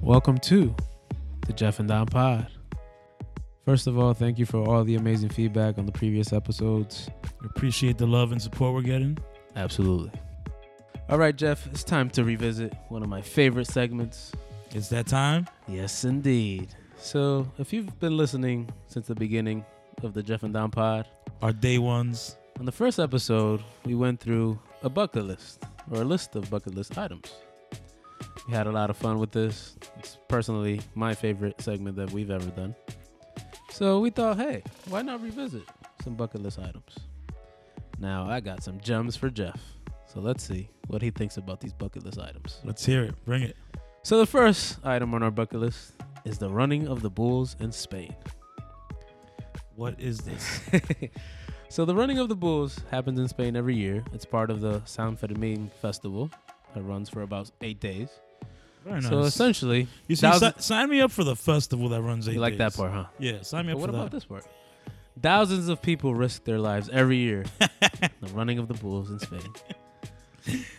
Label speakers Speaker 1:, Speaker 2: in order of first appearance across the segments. Speaker 1: Welcome to the Jeff and Don Pod. First of all, thank you for all the amazing feedback on the previous episodes.
Speaker 2: We appreciate the love and support we're getting.
Speaker 1: Absolutely. All right, Jeff, it's time to revisit one of my favorite segments.
Speaker 2: It's that time.
Speaker 1: Yes, indeed. So, if you've been listening since the beginning of the Jeff and Don Pod,
Speaker 2: Our day ones.
Speaker 1: on the first episode, we went through a bucket list or a list of bucket list items. We had a lot of fun with this. It's personally my favorite segment that we've ever done. So we thought, hey, why not revisit some bucket list items? Now, I got some gems for Jeff. So let's see what he thinks about these bucket list items.
Speaker 2: Let's hear it. Bring it.
Speaker 1: So the first item on our bucket list is the running of the Bulls in Spain.
Speaker 2: What is this?
Speaker 1: so the running of the bulls happens in Spain every year. It's part of the San Fermin festival. It runs for about eight days.
Speaker 2: Very
Speaker 1: So
Speaker 2: nice.
Speaker 1: essentially,
Speaker 2: you see,
Speaker 1: thousand-
Speaker 2: si- sign me up for the festival that runs eight
Speaker 1: you like that
Speaker 2: days.
Speaker 1: part, huh?
Speaker 2: Yeah, sign me
Speaker 1: But
Speaker 2: up
Speaker 1: what
Speaker 2: for
Speaker 1: about
Speaker 2: that.
Speaker 1: this part? Thousands of people risk their lives every year. the running of the bulls in Spain.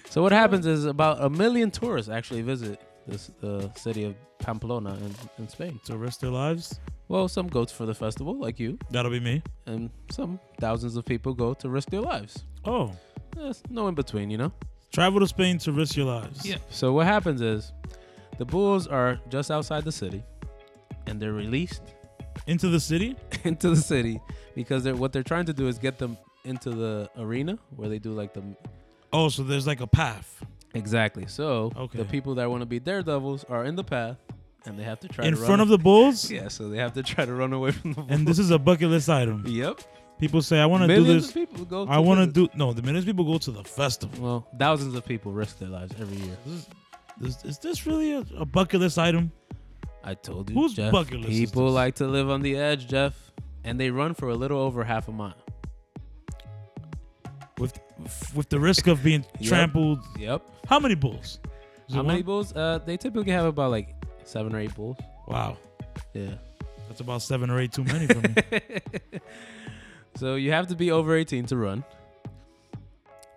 Speaker 1: so what happens is about a million tourists actually visit this the city of Pamplona in, in Spain.
Speaker 2: To risk their lives?
Speaker 1: Well, some go for the festival, like you,
Speaker 2: That'll be me.
Speaker 1: and some thousands of people go to risk their lives.
Speaker 2: Oh,
Speaker 1: There's no in between, you know.
Speaker 2: travel to Spain to risk your lives.
Speaker 1: So what happens is the bulls are just outside the city and they're released
Speaker 2: Into the city?
Speaker 1: into the city because they're what they're trying to do is get them into the arena where they do like the
Speaker 2: Oh, so there's like a path
Speaker 1: exactly. So
Speaker 2: Okay.
Speaker 1: the people that want to be daredevils are in the path and they have to try
Speaker 2: in
Speaker 1: to
Speaker 2: front
Speaker 1: run
Speaker 2: of the bulls?
Speaker 1: Yeah, so they have to try to run away from the
Speaker 2: And
Speaker 1: bulls.
Speaker 2: this is a bucket list item.
Speaker 1: Yep.
Speaker 2: People say, I want to do
Speaker 1: Millions
Speaker 2: this.
Speaker 1: of people go
Speaker 2: I want to do. No, the minutes people go to the festival.
Speaker 1: well, thousands of people risk their lives every year.
Speaker 2: This is, this, is this really a, a bucket list item?
Speaker 1: I told you,
Speaker 2: Whose
Speaker 1: Jeff.
Speaker 2: bucket list is
Speaker 1: people
Speaker 2: this?
Speaker 1: like to live on the edge, Jeff, and they run for a little over half a mile.
Speaker 2: with f- with the risk of being
Speaker 1: Yep.
Speaker 2: trampled.
Speaker 1: Yep.
Speaker 2: How many bulls? Is
Speaker 1: How
Speaker 2: it
Speaker 1: many
Speaker 2: one?
Speaker 1: bulls? Uh, they typically have about like seven or eight bulls.
Speaker 2: Wow,
Speaker 1: Yeah.
Speaker 2: that's about seven or eight too many for me.
Speaker 1: so you have to be over 18 to run.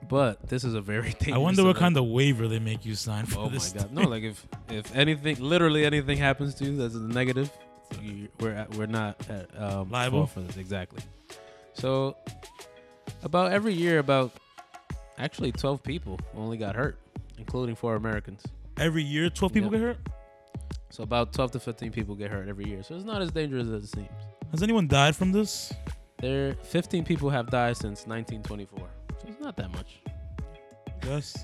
Speaker 1: But this is a very dangerous.
Speaker 2: I wonder what kind of waiver they make you sign for
Speaker 1: Oh my
Speaker 2: this.
Speaker 1: god! No, like if if anything, literally anything happens to you that's a negative, you, we're at, we're not at, um,
Speaker 2: Liable.
Speaker 1: fault for this exactly. So about every year, about actually 12 people only got hurt, including four Americans.
Speaker 2: Every year, twelve people
Speaker 1: Yep.
Speaker 2: get hurt.
Speaker 1: So about 12 to 15 people get hurt every year. So it's not as dangerous as it seems.
Speaker 2: Has anyone died from this?
Speaker 1: There, 15 people have died since 1924. So it's not that much.
Speaker 2: Yes.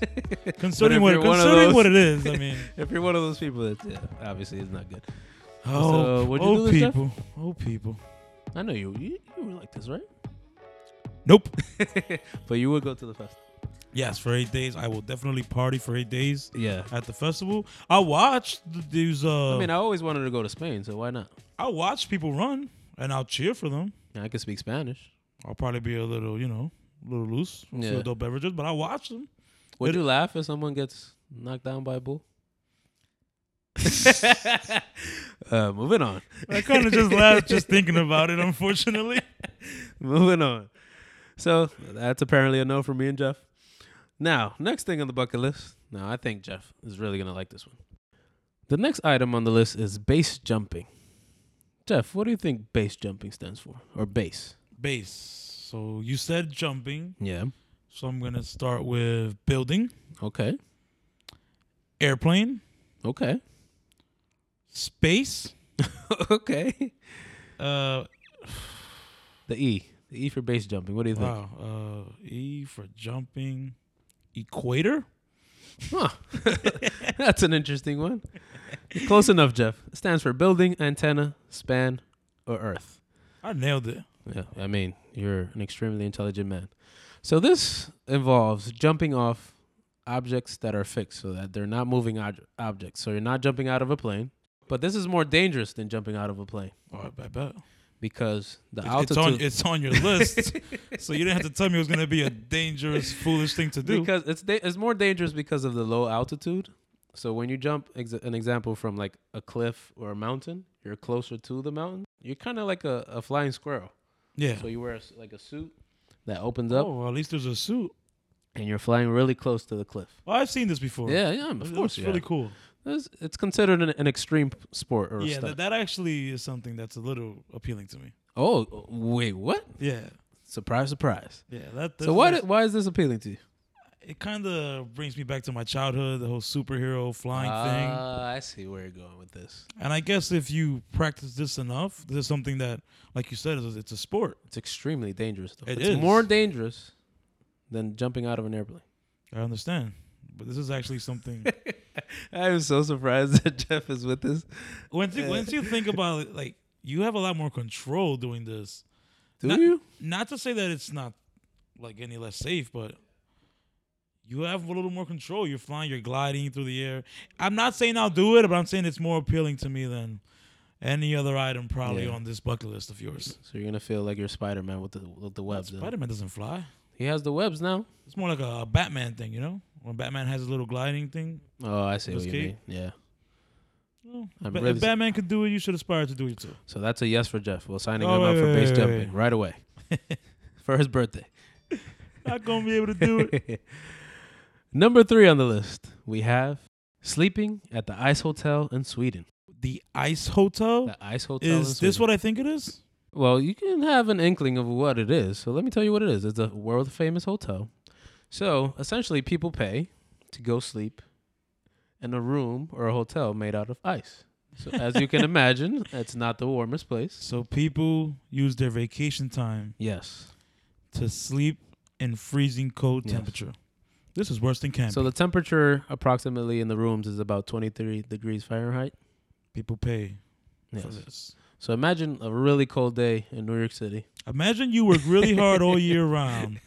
Speaker 2: considering what
Speaker 1: you're one of
Speaker 2: considering
Speaker 1: those-
Speaker 2: what it is, I mean,
Speaker 1: If you're one of those people that, yeah, obviously it's not good.
Speaker 2: oh,
Speaker 1: what'd you do
Speaker 2: old
Speaker 1: this time?
Speaker 2: people, old people.
Speaker 1: I know you, you, you were like this,
Speaker 2: Nope.
Speaker 1: right? but you would go to the festival.
Speaker 2: Yes, for eight days, I will definitely party for eight days
Speaker 1: Yeah.
Speaker 2: at the festival. I watched th- these. Uh,
Speaker 1: I mean,
Speaker 2: I,
Speaker 1: I always wanted to go to Spain, so why not?
Speaker 2: watched people run, and I'll cheer for them.
Speaker 1: And I could speak Spanish.
Speaker 2: I'll probably be a little, you know, a little loose for
Speaker 1: Yeah.
Speaker 2: adult beverages, but I watch them.
Speaker 1: Would
Speaker 2: It-
Speaker 1: you laugh if someone gets knocked down by a bull? uh, moving on.
Speaker 2: I kind of just laughed just thinking about it. Unfortunately,
Speaker 1: Moving on. So that's apparently a no for me and Jeff. Now, next thing on the bucket list. Now, I think Jeff is really going to like this one. The next item on the list is base jumping. Jeff, what do you think base jumping stands for? Or base?
Speaker 2: base. So you said jumping,
Speaker 1: Yeah.
Speaker 2: so I'm gonna start with building,
Speaker 1: Okay.
Speaker 2: airplane,
Speaker 1: Okay.
Speaker 2: space.
Speaker 1: okay.
Speaker 2: Uh,
Speaker 1: The E. The E for base jumping. What do you think?
Speaker 2: wow. Uh, e for jumping, equator.
Speaker 1: Huh. that's an interesting one. Close enough, Jeff. It stands for building, antenna, span, or earth.
Speaker 2: I nailed it.
Speaker 1: Yeah, I mean, you're an extremely intelligent man. So this involves jumping off objects that are fixed so that they're not moving ob- objects. So you're not jumping out of a plane. But this is more dangerous than jumping out of a plane
Speaker 2: All right, Oh, I bet.
Speaker 1: because the
Speaker 2: It's, it's on.
Speaker 1: altitude
Speaker 2: It's on your list, so you didn't have to tell me it was gonna be a dangerous, foolish thing to do.
Speaker 1: because it's da- it's more dangerous because of the low altitude. So when you jump ex- an example from like a cliff or a mountain, you're closer to the mountain. You're kind of like a, a flying squirrel.
Speaker 2: yeah.
Speaker 1: So you wear a s like a suit that opens up
Speaker 2: Oh, well, at least there's a suit.
Speaker 1: and you're flying really close to the cliff.
Speaker 2: Well, I've seen this before.
Speaker 1: Yeah, yeah, of
Speaker 2: It
Speaker 1: course.
Speaker 2: looks
Speaker 1: you
Speaker 2: really
Speaker 1: have.
Speaker 2: cool.
Speaker 1: It's, it's considered an, an extreme p- sport or
Speaker 2: yeah,
Speaker 1: stunt.
Speaker 2: that, that actually is something that's a little appealing to me.
Speaker 1: oh, wait, what?
Speaker 2: Yeah,
Speaker 1: Surprise, surprise.
Speaker 2: yeah. That.
Speaker 1: so why did, why is this appealing to you?
Speaker 2: it kind of brings me back to my childhood, the whole superhero flying thing.
Speaker 1: Ah, I see where you're going with this.
Speaker 2: And I guess if you practice this enough, this is something that, like you said, it's, it's a sport.
Speaker 1: It's extremely dangerous. Though.
Speaker 2: It
Speaker 1: it's
Speaker 2: is.
Speaker 1: more dangerous than jumping out of an airplane.
Speaker 2: I understand, but this is actually something.
Speaker 1: I am so surprised that Jeff is with us.
Speaker 2: once you once you think about it, like you have a lot more control doing this.
Speaker 1: Do
Speaker 2: Not-
Speaker 1: you?
Speaker 2: Not to say that it's not like any less safe, but you have a little more control. You're flying, you're gliding through the air. I'm not saying I'll do it, but I'm saying it's more appealing to me than any other item probably
Speaker 1: Yeah.
Speaker 2: on this bucket list of yours.
Speaker 1: So you're gonna feel like you're Spider Man with the with the webs. huh?
Speaker 2: Spider Man doesn't fly.
Speaker 1: he has the webs now.
Speaker 2: It's more like a Batman thing, you know? When Batman has a little gliding thing.
Speaker 1: Oh, I see what
Speaker 2: Those
Speaker 1: you
Speaker 2: key?
Speaker 1: mean. Yeah.
Speaker 2: Well,
Speaker 1: I'm
Speaker 2: but
Speaker 1: really
Speaker 2: if Batman could do it, you should aspire to do it too.
Speaker 1: So that's a yes for Jeff. We'll sign him
Speaker 2: Oh,
Speaker 1: up
Speaker 2: wait,
Speaker 1: for
Speaker 2: wait,
Speaker 1: base
Speaker 2: wait,
Speaker 1: jumping
Speaker 2: wait.
Speaker 1: right away for his birthday.
Speaker 2: Not gonna be able to do it.
Speaker 1: Number three on the list, we have sleeping at the Ice Hotel in Sweden.
Speaker 2: The Ice Hotel?
Speaker 1: The Ice Hotel in
Speaker 2: Is
Speaker 1: Sweden.
Speaker 2: this what I think it is?
Speaker 1: Well, you can have an inkling of what it is. So let me tell you what it is. It's a world famous hotel. So essentially, people pay to go sleep in a room or a hotel made out of ice. So as you can imagine, it's not the warmest place.
Speaker 2: So people use their vacation time
Speaker 1: Yes.
Speaker 2: to sleep in freezing cold
Speaker 1: Yes.
Speaker 2: temperature. This is worse than camping.
Speaker 1: So the temperature approximately in the rooms is about 23 degrees Fahrenheit.
Speaker 2: people pay for
Speaker 1: Yes.
Speaker 2: this.
Speaker 1: So imagine a really cold day in New York City.
Speaker 2: Imagine you work really hard all year round,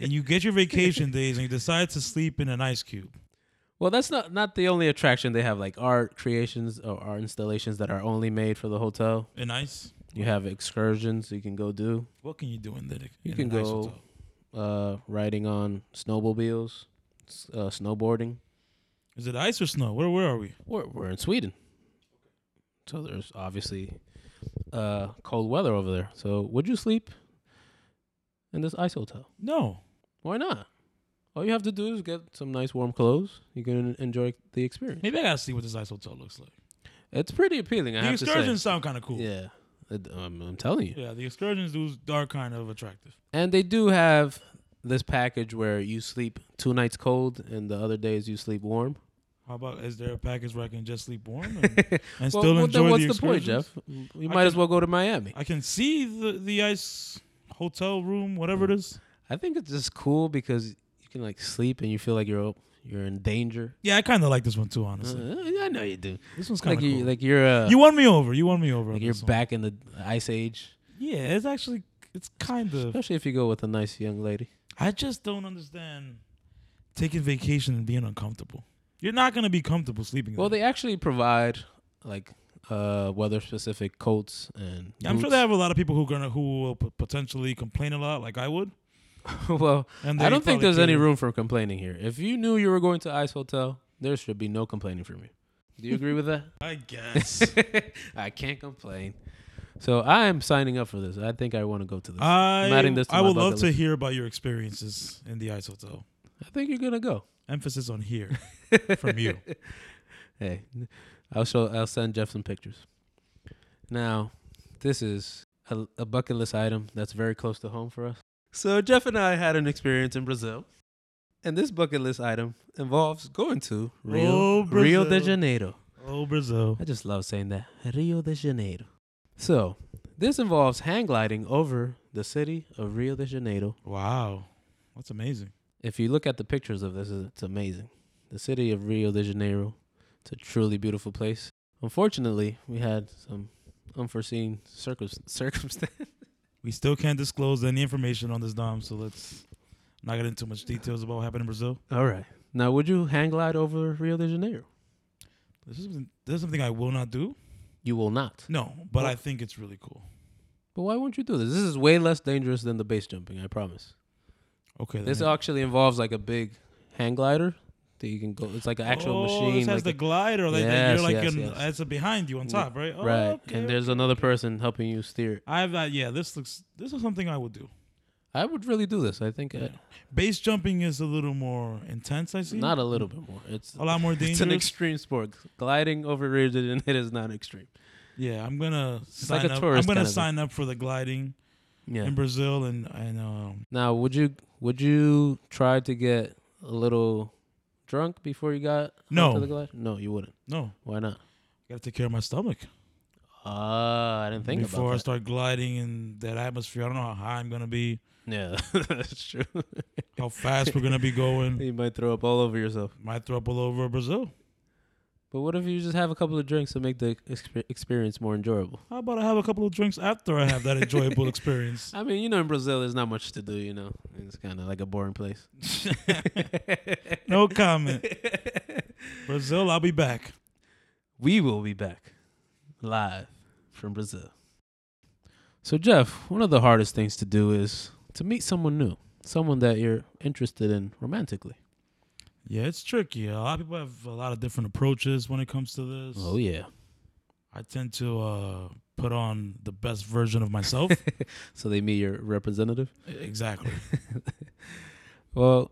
Speaker 2: and you get your vacation days, and you decide to sleep in an ice cube.
Speaker 1: Well, that's not not the only attraction they have like art creations or art installations that are only made for the hotel.
Speaker 2: In ice,
Speaker 1: You have excursions you can go do.
Speaker 2: what can you do in the?
Speaker 1: You
Speaker 2: in
Speaker 1: can
Speaker 2: an ice
Speaker 1: go-
Speaker 2: hotel?
Speaker 1: uh, riding on snowmobiles, s- uh, snowboarding.
Speaker 2: Is it ice or snow? Where where are we?
Speaker 1: We're, we're in Sweden. So there's obviously uh, cold weather over there. So would you sleep in this ice hotel?
Speaker 2: No,
Speaker 1: Why not? All you have to do is get some nice warm clothes. You can enjoy the experience.
Speaker 2: maybe I gotta see what this ice hotel looks like.
Speaker 1: It's pretty appealing, I
Speaker 2: the
Speaker 1: have to say.
Speaker 2: excursions sound kind of cool. Yeah.
Speaker 1: Yeah, It- um, I'm, I'm telling you.
Speaker 2: the excursions do are kind of attractive.
Speaker 1: And they do have this package where you sleep two nights cold and the other days you sleep warm.
Speaker 2: How about is there a package where I can just sleep warm and, and still
Speaker 1: well,
Speaker 2: enjoy
Speaker 1: then what's
Speaker 2: the
Speaker 1: the, point,
Speaker 2: excursions?
Speaker 1: Jeff? You
Speaker 2: I
Speaker 1: might as
Speaker 2: can-
Speaker 1: well go to Miami.
Speaker 2: I can see the the ice hotel room, whatever
Speaker 1: Mm.
Speaker 2: it is.
Speaker 1: I think it's just cool because you can like sleep and you feel like you're you're in danger.
Speaker 2: Yeah, I kind of like this one too,
Speaker 1: Uh,
Speaker 2: honestly.
Speaker 1: I know you do.
Speaker 2: This one's kind
Speaker 1: Like
Speaker 2: of
Speaker 1: you,
Speaker 2: cool.
Speaker 1: like you're uh,
Speaker 2: you won me over. You won me over.
Speaker 1: like
Speaker 2: on
Speaker 1: you're
Speaker 2: this one.
Speaker 1: back in the ice age,
Speaker 2: Yeah, it's actually it's kind of.
Speaker 1: especially if you go with a nice young lady.
Speaker 2: I just don't understand taking vacation and being uncomfortable. You're not gonna be comfortable sleeping.
Speaker 1: Well,
Speaker 2: there.
Speaker 1: they actually provide like uh weather specific coats and.
Speaker 2: Yeah, I'm sure
Speaker 1: boots.
Speaker 2: they have a lot of people who gonna who will p- potentially complain a lot, like I would.
Speaker 1: well,
Speaker 2: And
Speaker 1: I
Speaker 2: they
Speaker 1: don't think
Speaker 2: probably
Speaker 1: there's any
Speaker 2: cater-
Speaker 1: room for complaining here. If you knew you were going to ice hotel, there should be no complaining from you. Do you agree with that?
Speaker 2: I guess.
Speaker 1: I can't complain. So I am signing up for this. I think I want to go to
Speaker 2: Uh,
Speaker 1: this. I'm adding
Speaker 2: I
Speaker 1: this to
Speaker 2: I
Speaker 1: my
Speaker 2: would love
Speaker 1: bucket
Speaker 2: to hear about your experiences in the ice hotel.
Speaker 1: I think you're gonna go.
Speaker 2: Emphasis on here from you.
Speaker 1: Hey, I'll show. I'll send Jeff some pictures. Now, this is a, a bucket list item that's very close to home for us. So Jeff and I had an experience in Brazil, and this bucket list item involves going to Rio,
Speaker 2: Oh,
Speaker 1: Rio de
Speaker 2: Brazil.
Speaker 1: Janeiro.
Speaker 2: Oh, Brazil.
Speaker 1: I just love saying that. Rio de Janeiro. So, this involves hang gliding over the city of Rio de Janeiro.
Speaker 2: Wow. That's amazing.
Speaker 1: If you look at the pictures of this, it's amazing. The city of Rio de Janeiro. It's a truly beautiful place. Unfortunately, we had some unforeseen circum- circumstance.
Speaker 2: We still can't disclose any information on this Dom, so let's not get into much details about what happened in Brazil.
Speaker 1: All right. Now, would you hang glide over Rio de Janeiro?
Speaker 2: This is, this is something I will not do.
Speaker 1: You will not.
Speaker 2: No, but
Speaker 1: Well-
Speaker 2: I think it's really cool.
Speaker 1: But why won't you do this? This is way less dangerous than the base jumping, I promise.
Speaker 2: Okay. then
Speaker 1: This
Speaker 2: it-
Speaker 1: actually involves like a big hang glider that you can go. It's like an actual
Speaker 2: oh,
Speaker 1: machine.
Speaker 2: This has
Speaker 1: like
Speaker 2: the
Speaker 1: a-
Speaker 2: glider. Like that
Speaker 1: Yes,
Speaker 2: you're like
Speaker 1: yes,
Speaker 2: in,
Speaker 1: yes. Mm,
Speaker 2: it's behind you on top, right? Oh,
Speaker 1: right
Speaker 2: okay,
Speaker 1: and there's
Speaker 2: okay,
Speaker 1: another
Speaker 2: okay.
Speaker 1: person helping you steer
Speaker 2: I have that. Yeah, this looks. This is something I would do.
Speaker 1: I would really do this. I think uh
Speaker 2: Base jumping is a little more intense. I see.
Speaker 1: not a little bit more. It's
Speaker 2: a lot more dangerous.
Speaker 1: it's an extreme sport. Gliding over rigid and it is not extreme.
Speaker 2: yeah, I'm gonna sign
Speaker 1: like a
Speaker 2: up. I'm
Speaker 1: tourist
Speaker 2: gonna
Speaker 1: kind of
Speaker 2: sign up for the gliding
Speaker 1: Yeah.
Speaker 2: in Brazil and and um,
Speaker 1: Now, would you would you try to get a little drunk before you got
Speaker 2: No.
Speaker 1: onto the glide? No, you wouldn't.
Speaker 2: no,
Speaker 1: Why not?
Speaker 2: gotta take care of my stomach
Speaker 1: Ah, I didn't think
Speaker 2: before I
Speaker 1: about
Speaker 2: start gliding in that atmosphere. I don't know how high I'm gonna be,
Speaker 1: that. Yeah, that's true.
Speaker 2: how fast we're gonna be going.
Speaker 1: you might throw up all over yourself.
Speaker 2: Might throw up all over Brazil.
Speaker 1: But what if you just have a couple of drinks to make the exper- experience more enjoyable?
Speaker 2: How about I have a couple of drinks after I have that enjoyable experience?
Speaker 1: I mean, you know, in Brazil, there's not much to do. You know, it's kind of like a boring place.
Speaker 2: No comment. Brazil, I'll be back.
Speaker 1: we will be back live from Brazil. So, Jeff, one of the hardest things to do is to meet someone new, someone that you're interested in romantically.
Speaker 2: Yeah, it's tricky. A lot of people have a lot of different approaches when it comes to this.
Speaker 1: Oh, yeah.
Speaker 2: I tend to uh, put on the best version of myself.
Speaker 1: So they meet your representative?
Speaker 2: exactly.
Speaker 1: Well,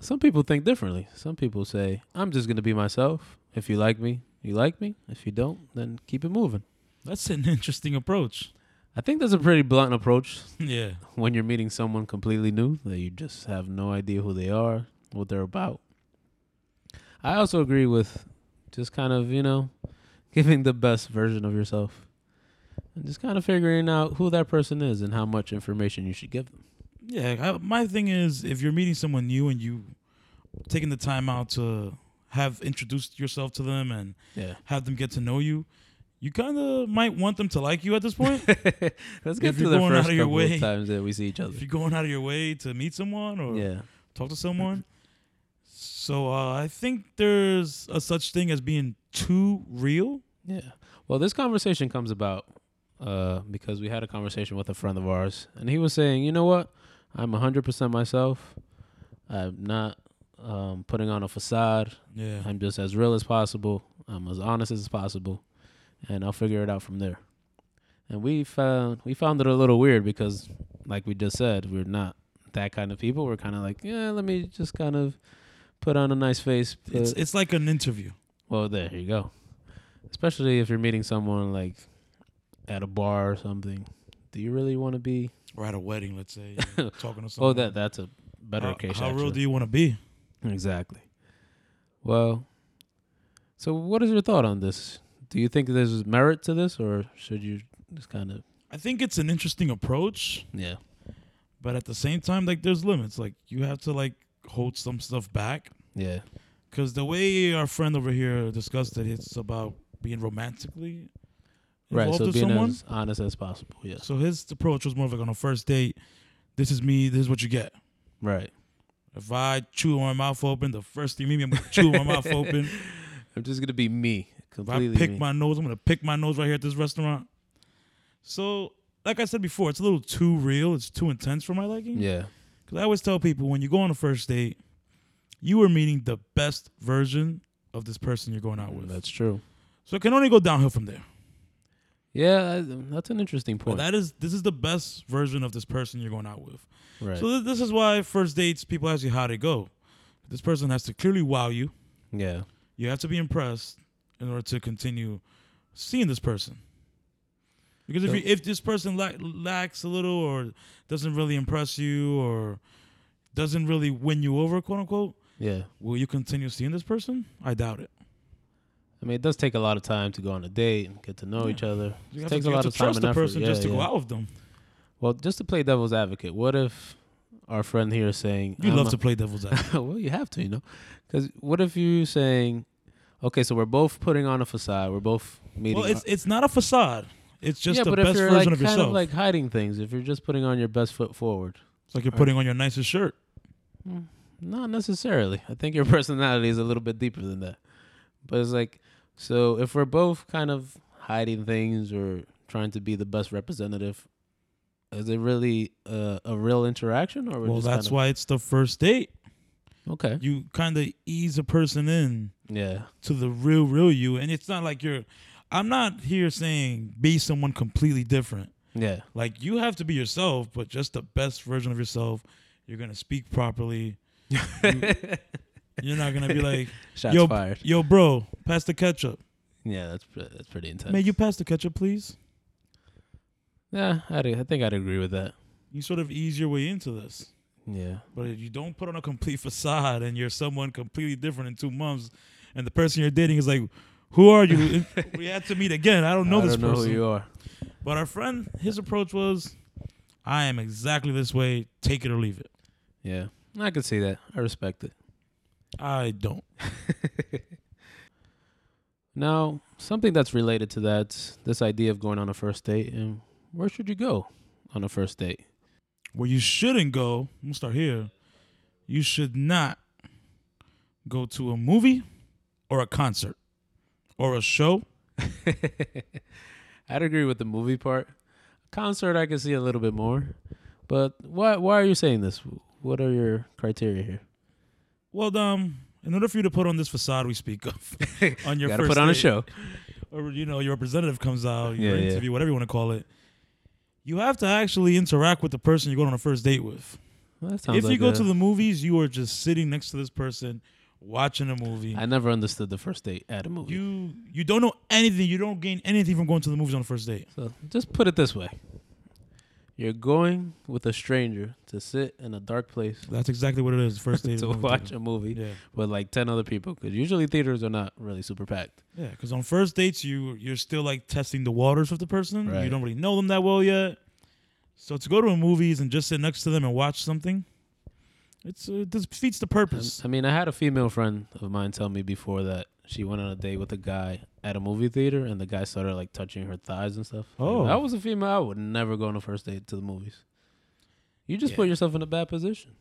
Speaker 1: some people think differently. Some people say, I'm just going to be myself. If you like me, you like me. If you don't, then keep it moving.
Speaker 2: That's an interesting approach.
Speaker 1: I think that's a pretty blunt approach
Speaker 2: Yeah.
Speaker 1: when you're meeting someone completely new that you just have no idea who they are, what they're about. I also agree with just kind of, you know, giving the best version of yourself and just kind of figuring out who that person is and how much information you should give them.
Speaker 2: Yeah. I, my thing is, if you're meeting someone new and you taking the time out to have introduced yourself to them and
Speaker 1: Yeah.
Speaker 2: have them get to know you, you kind of might want them to like you at this point.
Speaker 1: Let's get
Speaker 2: If
Speaker 1: through
Speaker 2: you're
Speaker 1: the
Speaker 2: going
Speaker 1: first
Speaker 2: out of your
Speaker 1: couple
Speaker 2: way-
Speaker 1: of times that we see each other.
Speaker 2: if you're going out of your way to meet someone or
Speaker 1: Yeah.
Speaker 2: talk to someone. So uh, I think there's a such thing as being too real.
Speaker 1: Yeah. Well, this conversation comes about uh, because we had a conversation with a friend of ours, and he was saying, you know what? I'm 100% myself. I'm not um, putting on a facade.
Speaker 2: Yeah.
Speaker 1: I'm just as real as possible. I'm as honest as possible, and I'll figure it out from there. And we found we found it a little weird because, like we just said, we're not that kind of people. We're kind of like, yeah, let me just kind of put on a nice face.
Speaker 2: It's
Speaker 1: put-
Speaker 2: it's like an interview.
Speaker 1: well, there you go. Especially if you're meeting someone like at a bar or something. Do you really want to be?
Speaker 2: We're at a wedding, let's say. you're talking to someone.
Speaker 1: Oh, that that's a better
Speaker 2: How,
Speaker 1: case.
Speaker 2: how
Speaker 1: actually.
Speaker 2: real do you want to be?
Speaker 1: exactly. Well, so what is your thought on this? Do you think there's merit to this, or should you just kind of
Speaker 2: I think it's an interesting approach,
Speaker 1: yeah?
Speaker 2: but at the same time, like there's limits. Like you have to like hold some stuff back
Speaker 1: Yeah,
Speaker 2: because the way our friend over here discussed it, it's about being romantically
Speaker 1: right.
Speaker 2: involved
Speaker 1: So
Speaker 2: with
Speaker 1: being
Speaker 2: someone.
Speaker 1: as honest as possible. Yes,
Speaker 2: So his approach was more of like on a first date. This is me. This is what you get.
Speaker 1: right.
Speaker 2: If I chew my mouth open, the first thing you meet me, I'm gonna chew my mouth open.
Speaker 1: I'm just gonna be me
Speaker 2: If I
Speaker 1: completely.
Speaker 2: pick
Speaker 1: me.
Speaker 2: my nose, I'm gonna pick my nose right here at this restaurant. So, like I said before, it's a little too real. It's too intense for my liking.
Speaker 1: yeah,
Speaker 2: Because I always tell people when you go on a first date, you are meeting the best version of this person you're going out with.
Speaker 1: Mm, that's true.
Speaker 2: so it can only go downhill from there.
Speaker 1: Yeah, I- that's an interesting
Speaker 2: But
Speaker 1: point.
Speaker 2: that is this is the best version of this person you're going out with.
Speaker 1: right.
Speaker 2: So th- this is why first dates people ask you how they go. This person has to clearly wow you.
Speaker 1: yeah.
Speaker 2: You have to be impressed in order to continue seeing this person. Because if
Speaker 1: So-
Speaker 2: you, if this person lack, lacks a little or doesn't really impress you or doesn't really win you over, quote unquote,
Speaker 1: Yeah.
Speaker 2: will you continue seeing this person? I doubt it.
Speaker 1: I mean, it does take a lot of time to go on a date and get to know
Speaker 2: Yeah.
Speaker 1: each other.
Speaker 2: You
Speaker 1: It
Speaker 2: have
Speaker 1: takes
Speaker 2: to,
Speaker 1: a
Speaker 2: you
Speaker 1: lot
Speaker 2: have
Speaker 1: of
Speaker 2: to
Speaker 1: time
Speaker 2: trust
Speaker 1: and
Speaker 2: the
Speaker 1: effort.
Speaker 2: person
Speaker 1: Yeah,
Speaker 2: just to go
Speaker 1: yeah.
Speaker 2: out with them.
Speaker 1: Well, just to play devil's advocate, what if our friend here is saying
Speaker 2: You
Speaker 1: I'm
Speaker 2: love
Speaker 1: a-
Speaker 2: to play devil's advocate.
Speaker 1: well, you have to, you know, because what if you saying, okay, so we're both putting on a facade, we're both meeting.
Speaker 2: well, it's it's not a facade. It's just
Speaker 1: yeah,
Speaker 2: the
Speaker 1: but
Speaker 2: best
Speaker 1: if you're
Speaker 2: version
Speaker 1: like
Speaker 2: of
Speaker 1: kind
Speaker 2: yourself.
Speaker 1: of like hiding things, if you're just putting on your best foot forward,
Speaker 2: it's like you're putting on your nicest shirt.
Speaker 1: Not necessarily. I think your personality is a little bit deeper than that. But it's like, so if we're both kind of hiding things or trying to be the best representative, is it really uh, a real interaction? Or we're
Speaker 2: Well,
Speaker 1: just
Speaker 2: that's
Speaker 1: kind
Speaker 2: why it's the first date.
Speaker 1: of, okay,
Speaker 2: You kind of ease a person in.
Speaker 1: yeah,
Speaker 2: to the real, real you. And it's not like you're. I'm not here saying be someone completely different.
Speaker 1: Yeah.
Speaker 2: Like you have to be yourself, but just the best version of yourself. You're gonna speak properly. You're not gonna be like,
Speaker 1: Shots
Speaker 2: yo,
Speaker 1: fired.
Speaker 2: yo, bro, pass the ketchup.
Speaker 1: Yeah, that's pre- that's pretty intense.
Speaker 2: May you pass the ketchup, please?
Speaker 1: yeah, I'd, I think I'd agree with that.
Speaker 2: You sort of ease your way into this.
Speaker 1: Yeah.
Speaker 2: But if you don't put on a complete facade and you're someone completely different in two months, and the person you're dating is like, "Who are you?" we had to meet again. I don't know
Speaker 1: I
Speaker 2: this
Speaker 1: don't know
Speaker 2: person.
Speaker 1: who you are.
Speaker 2: But our friend, his approach was, "I am exactly this way. Take it or leave it."
Speaker 1: Yeah, I could see that. I respect it.
Speaker 2: I don't.
Speaker 1: Now, something that's related to that, this idea of going on a first date, and where should you go on a first date?
Speaker 2: Where you shouldn't go. I'm gonna start here. You should not go to a movie or a concert or a show.
Speaker 1: I'd agree with the movie part. Concert, I could see a little bit more, but why? Why are you saying this? What are your criteria here?
Speaker 2: Well, um, in order for you to put on this facade we speak of on
Speaker 1: You
Speaker 2: your
Speaker 1: gotta
Speaker 2: first
Speaker 1: put on a
Speaker 2: date,
Speaker 1: show.
Speaker 2: or you know your representative comes out, your
Speaker 1: Yeah, yeah.
Speaker 2: interview, whatever you want to call it. You have to actually interact with the person you're going on a first date with.
Speaker 1: Well, that sounds
Speaker 2: if you
Speaker 1: like
Speaker 2: go
Speaker 1: a-
Speaker 2: to the movies, you are just sitting next to this person watching a movie.
Speaker 1: I never understood the first date at a movie.
Speaker 2: you you don't know anything. You don't gain anything from going to the movies on the first date.
Speaker 1: So just put it this way: you're going with a stranger to sit in a dark place
Speaker 2: That's exactly what it is. First date. is
Speaker 1: to
Speaker 2: movie
Speaker 1: watch
Speaker 2: theater.
Speaker 1: a movie
Speaker 2: Yeah,
Speaker 1: with like ten other people, because usually theaters are not really super packed.
Speaker 2: yeah. Because on first dates, you you're still like testing the waters with the person.
Speaker 1: Right.
Speaker 2: You don't really know them that well yet. So to go to a movies and just sit next to them and watch something, it's uh, it defeats the
Speaker 1: And,
Speaker 2: purpose.
Speaker 1: I mean, I had a female friend of mine tell me before that she went on a date with a guy at a movie theater, and the guy started like touching her thighs and stuff. Like,
Speaker 2: Oh.
Speaker 1: if I was a female. I would never go on a first date to the movies. You just
Speaker 2: Yeah.
Speaker 1: put yourself in a bad position.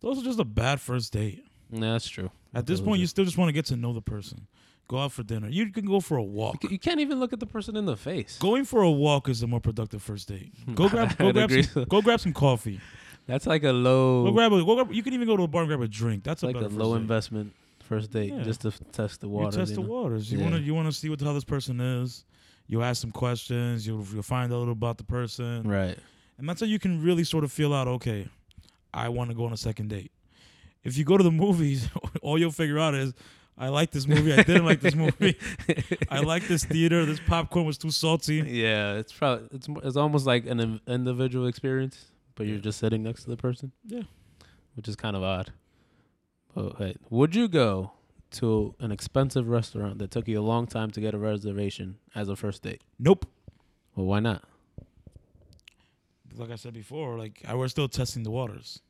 Speaker 2: Those are just a bad first date.
Speaker 1: Nah, that's true.
Speaker 2: At this
Speaker 1: Those
Speaker 2: point,
Speaker 1: are-
Speaker 2: you still just want to get to know the person. Go out for dinner. You can go for a walk.
Speaker 1: You c- You can't even look at the person in the face.
Speaker 2: Going for a walk is a more productive first date. Go grab, go
Speaker 1: I'd
Speaker 2: grab,
Speaker 1: agree.
Speaker 2: some, go grab some coffee.
Speaker 1: That's like a
Speaker 2: Go
Speaker 1: low,
Speaker 2: grab, a, go grab. You can even go to a bar and grab a drink. That's
Speaker 1: it's like
Speaker 2: a
Speaker 1: a
Speaker 2: better first
Speaker 1: low
Speaker 2: date.
Speaker 1: investment first date
Speaker 2: Yeah.
Speaker 1: just to f- test the
Speaker 2: You
Speaker 1: water.
Speaker 2: test the waters. You
Speaker 1: Yeah.
Speaker 2: want to, you want to see what the hell this person is. You ask some questions. You'll, you'll find out a little about the person,
Speaker 1: Right.
Speaker 2: and that's how you can really sort of feel out. Okay, I want to go on a second date. If you go to the movies, all you'll figure out is, I like this movie. I didn't like this movie. I like this theater. This popcorn was too salty.
Speaker 1: Yeah, it's probably it's mo- it's almost like an in- individual experience, but you're just sitting next to the person.
Speaker 2: Yeah.
Speaker 1: which is kind of odd. But hey, would you go to an expensive restaurant that took you a long time to get a reservation as a first date?
Speaker 2: Nope.
Speaker 1: Well, why not?
Speaker 2: Like I said before, like I we're still testing the waters.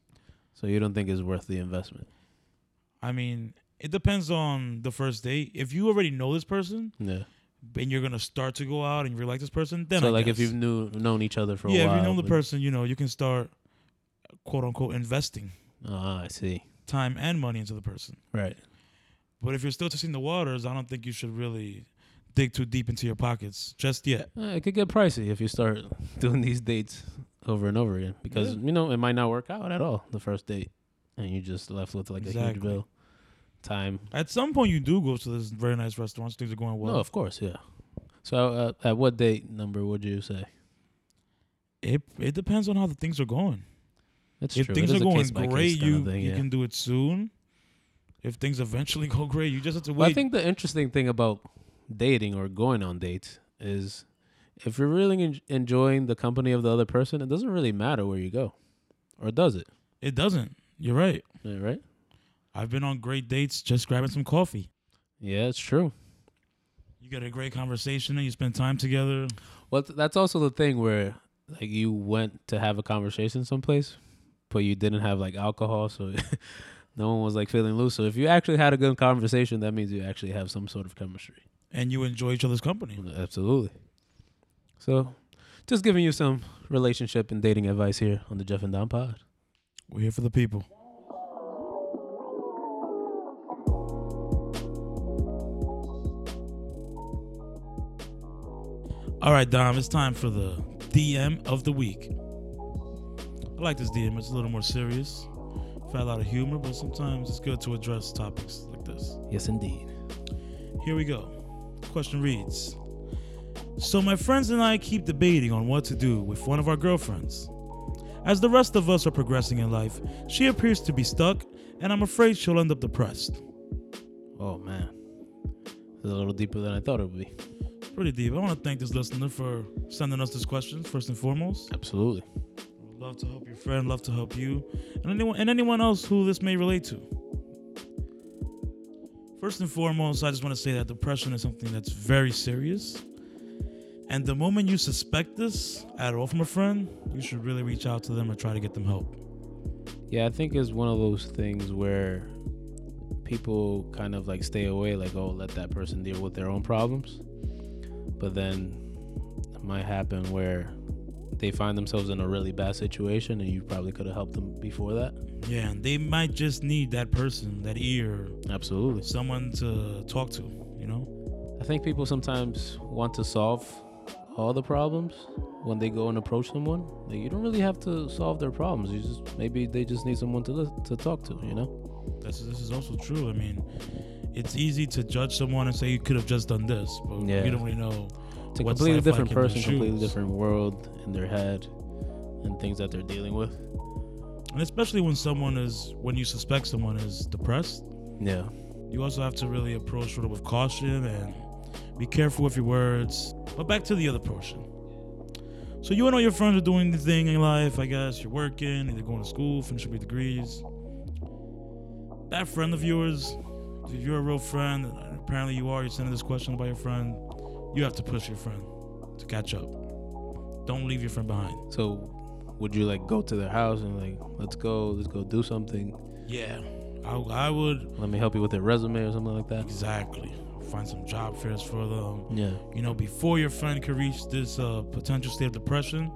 Speaker 1: So you don't think it's worth the investment?
Speaker 2: I mean, it depends on the first date. If you already know this person
Speaker 1: Yeah.
Speaker 2: and you're gonna start to go out and you really like this person, then
Speaker 1: so
Speaker 2: I
Speaker 1: like if
Speaker 2: guess.
Speaker 1: you've knew known each other for
Speaker 2: yeah,
Speaker 1: a while.
Speaker 2: if you know the
Speaker 1: but-
Speaker 2: person, you know you can start quote unquote investing
Speaker 1: Ah, I see.
Speaker 2: time and money into the person.
Speaker 1: Right.
Speaker 2: But if you're still testing the waters, I don't think you should really dig too deep into your pockets just yet.
Speaker 1: Uh, it could get pricey if you start doing these dates over and over again because
Speaker 2: Yeah.
Speaker 1: you know it might not work out at all the first date, and you just left with like a
Speaker 2: Exactly.
Speaker 1: huge bill. Time.
Speaker 2: At some point, you do go to this very nice restaurants. Things are going well.
Speaker 1: no, of course, yeah. So uh, at what date number would you say?
Speaker 2: It it depends on how the things are going.
Speaker 1: That's
Speaker 2: if things
Speaker 1: it
Speaker 2: are
Speaker 1: is a
Speaker 2: going
Speaker 1: case-by-case
Speaker 2: great,
Speaker 1: kinda
Speaker 2: you
Speaker 1: thing,
Speaker 2: you
Speaker 1: yeah.
Speaker 2: can do it soon. If things eventually go great, you just have to
Speaker 1: Well, I
Speaker 2: wait.
Speaker 1: think the interesting thing about dating or going on dates is if you're really en- enjoying the company of the other person, it doesn't really matter where you go, or does it?
Speaker 2: It doesn't. You're right.
Speaker 1: Yeah, Right?
Speaker 2: I've been on great dates just grabbing some coffee.
Speaker 1: Yeah, it's true.
Speaker 2: You get a great conversation and you spend time together.
Speaker 1: Well, th- that's also the thing where like you went to have a conversation someplace, but you didn't have like alcohol, so no one was like feeling loose. So if you actually had a good conversation, that means you actually have some sort of chemistry.
Speaker 2: and you enjoy each other's company.
Speaker 1: Absolutely. So, just giving you some relationship and dating advice here on the Jeff and Don Pod.
Speaker 2: We're here for the people. All right, Dom, it's time for the DM of the week. I like this DM, it's a little more serious. Got a lot of humor, but sometimes it's good to address topics like this.
Speaker 1: Yes, indeed.
Speaker 2: Here we go. Question reads So my friends and I keep debating on what to do with one of our girlfriends. As the rest of us are progressing in life, she appears to be stuck, and I'm afraid she'll end up depressed.
Speaker 1: Oh man, it's a little deeper than I thought it would be.
Speaker 2: Pretty deep. I want to thank this listener for sending us this question first and foremost.
Speaker 1: Absolutely.
Speaker 2: Love to help your friend. Love to help you, and anyone and anyone else who this may relate to. First and foremost, I just want to say that depression is something that's very serious. And the moment you suspect this at all from a friend, you should really reach out to them or try to get them help.
Speaker 1: Yeah, I think it's one of those things where people kind of like stay away, like, oh, let that person deal with their own problems. But then it might happen where they find themselves in a really bad situation and you probably could have helped them before that.
Speaker 2: Yeah, and they might just need that person, that ear,
Speaker 1: Absolutely.
Speaker 2: someone to talk to, you know?
Speaker 1: I think people sometimes want to solve all the problems when they go and approach someone. Like, you don't really have to solve their problems. You just maybe they just need someone to lis- to talk to, you know?
Speaker 2: That's, this is also true. I mean, it's easy to judge someone and say you could have just done this, but
Speaker 1: Yeah.
Speaker 2: you don't really know.
Speaker 1: It's a
Speaker 2: What's
Speaker 1: completely
Speaker 2: life
Speaker 1: different
Speaker 2: like in their
Speaker 1: person, completely
Speaker 2: shoes?
Speaker 1: different world in their head and things that they're dealing with.
Speaker 2: And especially when someone is, when you suspect someone is depressed,
Speaker 1: Yeah.
Speaker 2: you also have to really approach sort of with caution and be careful with your words. But back to the other portion. So you and all your friends are doing the thing in life, I guess. You're working, either going to school, finishing your degrees. That friend of yours, if you're a real friend, and apparently you are, you're sending this question by your friend, you have to push your friend to catch up. Don't leave your friend behind.
Speaker 1: So would you like go to their house and like, let's go, let's go do something.
Speaker 2: Yeah. I, I would,
Speaker 1: Let me help you with their resume or something like that.
Speaker 2: exactly, find some job fairs for them.
Speaker 1: Yeah.
Speaker 2: you know, before your friend could reach this uh, potential state of depression,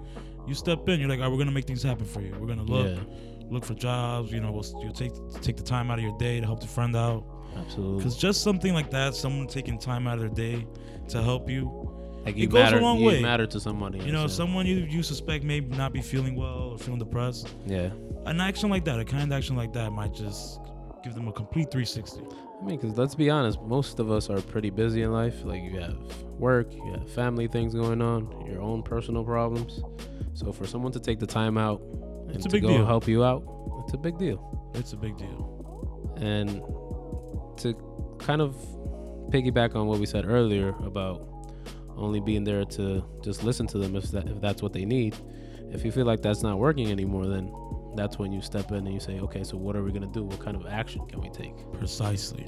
Speaker 2: you step in. You're like, all right, we're gonna make things happen for you. We're gonna look,
Speaker 1: Yeah.
Speaker 2: look for jobs. You know, we'll, you'll take take the time out of your day to help the friend out.
Speaker 1: Absolutely.
Speaker 2: Cause just something like that, someone taking time out of their day to help you.
Speaker 1: Like
Speaker 2: it
Speaker 1: you
Speaker 2: goes a
Speaker 1: matter,
Speaker 2: long
Speaker 1: you
Speaker 2: way.
Speaker 1: matter to somebody.
Speaker 2: You know,
Speaker 1: so-
Speaker 2: someone you you suspect may not be feeling well or feeling depressed.
Speaker 1: Yeah.
Speaker 2: An action like that, a kind action like that, might just give them a complete 360.
Speaker 1: I mean, because let's be honest, most of us are pretty busy in life. Like, you have work, you have family things going on, your own personal problems. So, for someone to take the time out and
Speaker 2: It's a
Speaker 1: to
Speaker 2: big
Speaker 1: go
Speaker 2: deal.
Speaker 1: help you out, it's a big deal.
Speaker 2: It's a big deal.
Speaker 1: And to kind of piggyback on what we said earlier about only being there to just listen to them if, that, if that's what they need, if you feel like that's not working anymore, then that's when you step in and you say, okay, so what are we going to do? What kind of action can we take?
Speaker 2: Precisely.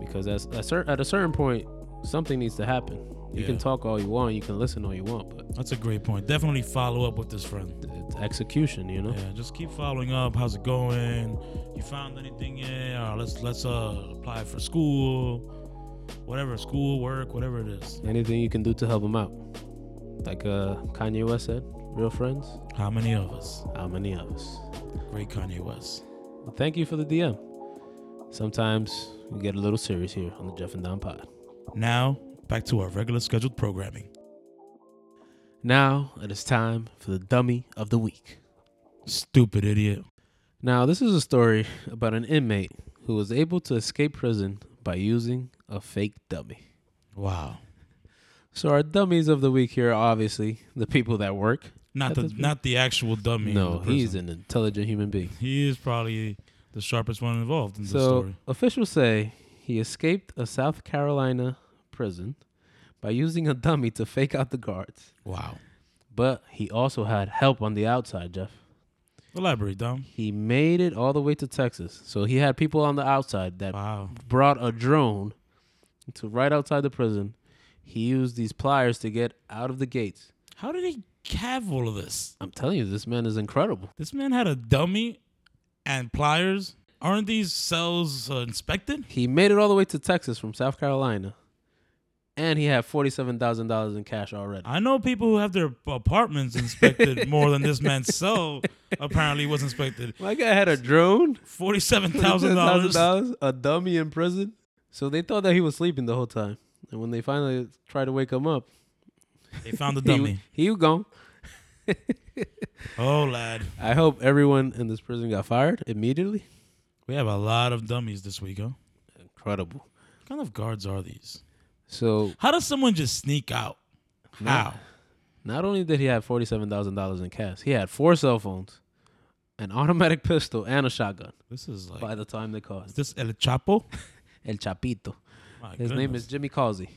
Speaker 1: because as a cer- at a certain point something needs to happen you
Speaker 2: Yeah.
Speaker 1: can talk all you want you can listen all you want but
Speaker 2: That's a great point. Definitely follow up with this friend.
Speaker 1: it's execution you know
Speaker 2: Yeah, just keep following up. How's it going? You found anything yet? Or let's let's uh apply for school, whatever school work, whatever it is.
Speaker 1: anything you can do to help them out like uh, kanye west said real friends
Speaker 2: How many of us?
Speaker 1: how many of us
Speaker 2: Great Kanye West.
Speaker 1: well, thank you for the dm sometimes we get a little serious here on the jeff and don pod
Speaker 2: Now back to our regular scheduled programming.
Speaker 1: now it is time for the dummy of the week
Speaker 2: Stupid idiot.
Speaker 1: Now, this is a story about an inmate who was able to escape prison by using a fake dummy.
Speaker 2: Wow.
Speaker 1: So, our dummies of the week here are obviously the people that work.
Speaker 2: Not
Speaker 1: That
Speaker 2: the
Speaker 1: doesn't-
Speaker 2: not the actual dummy.
Speaker 1: no,
Speaker 2: in the
Speaker 1: he's an
Speaker 2: prison.
Speaker 1: intelligent human being.
Speaker 2: he is probably the sharpest one involved in this
Speaker 1: so,
Speaker 2: story.
Speaker 1: officials say he escaped a South Carolina prison by using a dummy to fake out the guards,
Speaker 2: Wow.
Speaker 1: but he also had help on the outside, Jeff.
Speaker 2: Elaborate, Dom.
Speaker 1: He made it all the way to Texas. So, he had people on the outside that
Speaker 2: Wow.
Speaker 1: brought a drone to right outside the prison. He used these pliers to get out of the gates.
Speaker 2: How did he have all of this?
Speaker 1: I'm telling you, this man is incredible.
Speaker 2: This man had a dummy and pliers. Aren't these cells uh, inspected?
Speaker 1: He made it all the way to Texas from South Carolina, and he had forty-seven thousand dollars in cash already.
Speaker 2: I know people who have their apartments inspected more than this man's cell apparently was inspected.
Speaker 1: My guy had a drone,
Speaker 2: Forty-seven thousand dollars.
Speaker 1: $10,000, a dummy in prison. So they thought that he was sleeping the whole time, and when they finally tried to wake him up,
Speaker 2: They found the
Speaker 1: he-
Speaker 2: dummy.
Speaker 1: he was gone.
Speaker 2: Oh lad,
Speaker 1: I hope everyone in this prison got fired immediately.
Speaker 2: we have a lot of dummies this week, huh? What
Speaker 1: Incredible.
Speaker 2: kind of guards are these?
Speaker 1: So
Speaker 2: How does someone just sneak out? How?
Speaker 1: Not only did he have forty-seven thousand dollars in cash, he had four cell phones, an automatic pistol, and a shotgun.
Speaker 2: This is like
Speaker 1: By the time they caught
Speaker 2: is
Speaker 1: him.
Speaker 2: this El Chapo?
Speaker 1: El Chapito.
Speaker 2: My
Speaker 1: His name
Speaker 2: goodness.
Speaker 1: is Jimmy Causey.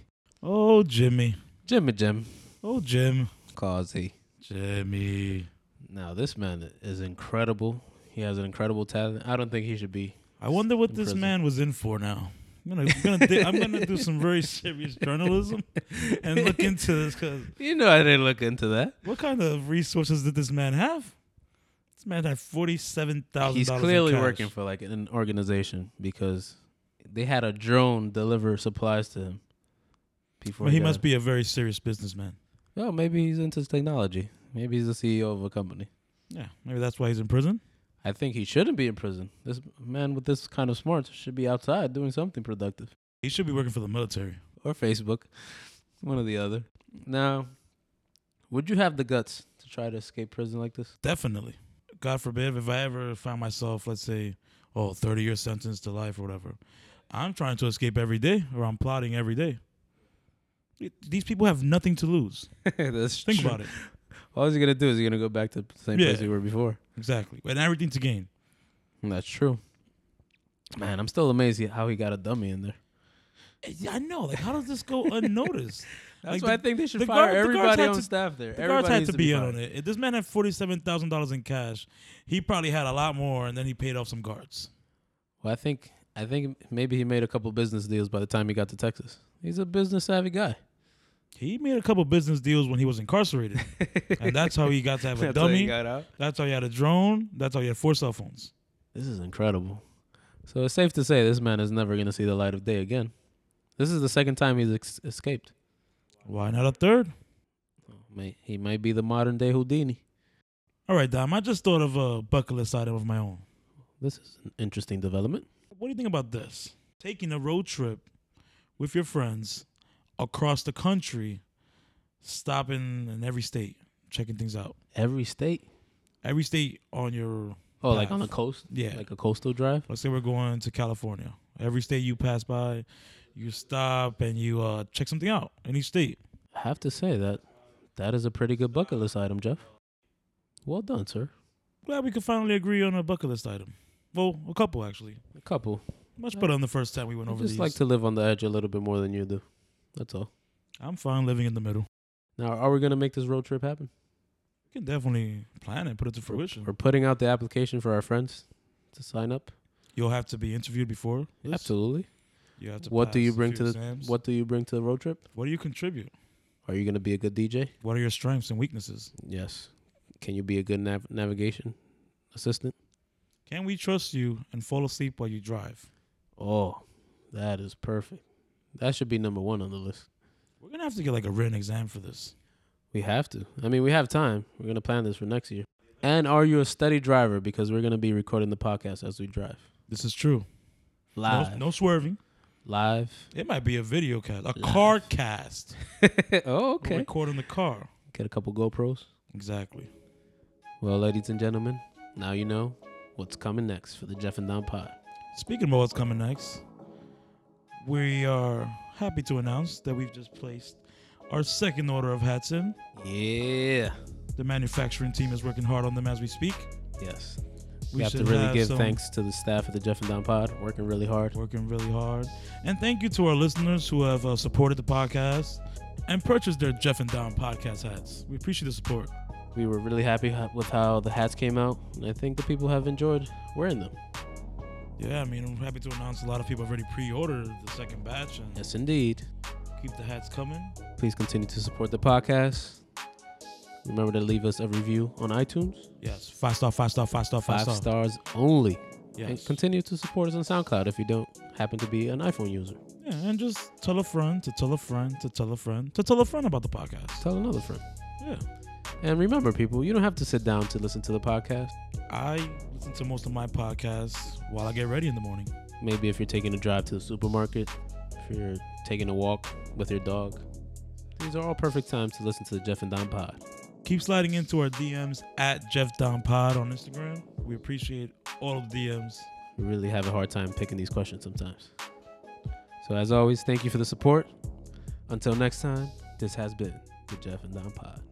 Speaker 2: Oh Jimmy.
Speaker 1: Jimmy Jim
Speaker 2: Oh Jim.
Speaker 1: Causey.
Speaker 2: Jimmy.
Speaker 1: Now this man is incredible. He has an incredible talent. I don't think he should be.
Speaker 2: I wonder what
Speaker 1: In
Speaker 2: this
Speaker 1: prison.
Speaker 2: man was in for now. I'm gonna, I'm gonna, di- I'm gonna do some very serious journalism and look into this because
Speaker 1: You know, I didn't look into that.
Speaker 2: what kind of resources did this man have? This man had forty-seven thousand.
Speaker 1: He's clearly working for like an organization because they had a drone deliver supplies to him. Before
Speaker 2: Well, he
Speaker 1: got
Speaker 2: must
Speaker 1: it.
Speaker 2: be a very serious businessman.
Speaker 1: Oh, maybe he's into technology. Maybe he's the CEO of a company.
Speaker 2: Yeah, maybe that's why he's in prison.
Speaker 1: I think he shouldn't be in prison. This man with this kind of smarts should be outside doing something productive.
Speaker 2: He should be working for the military.
Speaker 1: Or Facebook. One or the other. Now, would you have the guts to try to escape prison like this?
Speaker 2: Definitely. God forbid if I ever find myself, let's say, oh, 30 year sentence to life or whatever. I'm trying to escape every day or I'm plotting every day. These people have nothing to lose.
Speaker 1: That's
Speaker 2: Think about it.
Speaker 1: All you're going to do is you're going to go back to the same place
Speaker 2: Yeah.
Speaker 1: you were before.
Speaker 2: Exactly. And everything to gain.
Speaker 1: That's true. Man, I'm still amazed he- how he got a dummy in there.
Speaker 2: Yeah, I know. Like, how does this go unnoticed?
Speaker 1: That's
Speaker 2: Like,
Speaker 1: why
Speaker 2: the-
Speaker 1: I think they should
Speaker 2: the
Speaker 1: fire
Speaker 2: guard- the guards
Speaker 1: everybody
Speaker 2: had
Speaker 1: on
Speaker 2: to-
Speaker 1: staff there.
Speaker 2: The
Speaker 1: everybody
Speaker 2: guards had
Speaker 1: needs
Speaker 2: to be in
Speaker 1: fired.
Speaker 2: on it. If this man had forty-seven thousand dollars in cash, he probably had a lot more, and then he paid off some guards.
Speaker 1: Well, I think I think maybe he made a couple business deals by the time he got to Texas. He's a business savvy guy.
Speaker 2: He made a couple business deals when he was incarcerated, and that's how he got to have a
Speaker 1: That's how he
Speaker 2: dummy.
Speaker 1: got out.
Speaker 2: That's how he had a drone. That's how he had four cell phones.
Speaker 1: This is incredible. So it's safe to say this man is never going to see the light of day again. This is the second time he's ex- escaped.
Speaker 2: Why not a third?
Speaker 1: May- He might be the modern day Houdini.
Speaker 2: All right, Dom. I just thought of a bucket list item of my own.
Speaker 1: This is an interesting development.
Speaker 2: What do you think about this? Taking a road trip with your friends across the country, stopping in every state, checking things out.
Speaker 1: Every state,
Speaker 2: Every state on your
Speaker 1: oh, like on the
Speaker 2: Path.
Speaker 1: coast,
Speaker 2: yeah.
Speaker 1: like a coastal drive.
Speaker 2: let's say we're going to California. Every state you pass by, you stop and you uh, check something out in each state.
Speaker 1: I have to say that that is a pretty good bucket list item, Jeff. Well done, sir.
Speaker 2: Glad we could finally agree on a bucket list item. Well, a couple actually.
Speaker 1: A couple.
Speaker 2: Much better than the first time we went
Speaker 1: I
Speaker 2: over
Speaker 1: just
Speaker 2: these.
Speaker 1: like to live on the edge a little bit more than you do. That's all.
Speaker 2: I'm fine living in the middle.
Speaker 1: Now, are we going to make this road trip happen?
Speaker 2: We can definitely plan it, put it to fruition.
Speaker 1: We're putting out the application for our friends to sign up.
Speaker 2: You'll have to be interviewed before. this.
Speaker 1: Absolutely.
Speaker 2: You have to
Speaker 1: What do
Speaker 2: pass
Speaker 1: you
Speaker 2: a
Speaker 1: bring
Speaker 2: few
Speaker 1: to the-
Speaker 2: exams.
Speaker 1: What do you bring to the road trip?
Speaker 2: What do you contribute?
Speaker 1: Are you going to be a good DJ?
Speaker 2: What are your strengths and weaknesses?
Speaker 1: Yes. Can you be a good nav- navigation assistant?
Speaker 2: Can we trust you and fall asleep while you drive?
Speaker 1: Oh, that is perfect. That should be number one on the list.
Speaker 2: We're gonna have to get like a written exam for this.
Speaker 1: We have to. I mean, we have time. We're going to plan this for next year. And are you a steady driver? Because we're going to be recording the podcast as we drive.
Speaker 2: This is true.
Speaker 1: Live.
Speaker 2: No, no swerving.
Speaker 1: Live.
Speaker 2: It might be a video cast, a car cast.
Speaker 1: oh,
Speaker 2: We're recording the car.
Speaker 1: Get a couple GoPros.
Speaker 2: Exactly.
Speaker 1: Well, ladies and gentlemen, now you know what's coming next for the Jeff and Don Pod.
Speaker 2: Speaking about what's coming next, we are happy to announce that we've just placed our second order of hats in.
Speaker 1: Yeah.
Speaker 2: The manufacturing team is working hard on them as we speak.
Speaker 1: Yes.
Speaker 2: We
Speaker 1: We have to
Speaker 2: should
Speaker 1: really
Speaker 2: have
Speaker 1: give
Speaker 2: some-
Speaker 1: thanks to the staff at the Jeff and Don Pod, working really hard.
Speaker 2: Working really hard. And thank you to our listeners who have uh, supported the podcast and purchased their Jeff and Don podcast hats. We appreciate the support.
Speaker 1: We were really happy ho- with how the hats came out, and I think the people have enjoyed wearing them.
Speaker 2: Yeah, I mean, I'm happy to announce a lot of people have already pre ordered the second batch and
Speaker 1: Yes, indeed.
Speaker 2: keep the hats coming.
Speaker 1: Please continue to support the podcast. Remember to leave us a review on iTunes.
Speaker 2: Yes, five star, five star, five star,
Speaker 1: Five
Speaker 2: five, star.
Speaker 1: stars only. And
Speaker 2: Yes.
Speaker 1: continue to support us on SoundCloud if you don't happen to be an iPhone user.
Speaker 2: Yeah, and just tell a friend to tell a friend to tell a friend to tell a friend about the podcast.
Speaker 1: Tell another friend.
Speaker 2: Yeah.
Speaker 1: And remember, people, you don't have to sit down to listen to the podcast.
Speaker 2: I listen to most of my podcasts while I get ready in the morning.
Speaker 1: Maybe if you're taking a drive to the supermarket, if you're taking a walk with your dog. These are all perfect times to listen to the Jeff and Don Pod.
Speaker 2: Keep sliding into our DMs at Jeff Don Pod on Instagram. We appreciate all of the DMs.
Speaker 1: We really have a hard time picking these questions sometimes. So, as always, thank you for the support. Until next time, this has been the Jeff and Don Pod.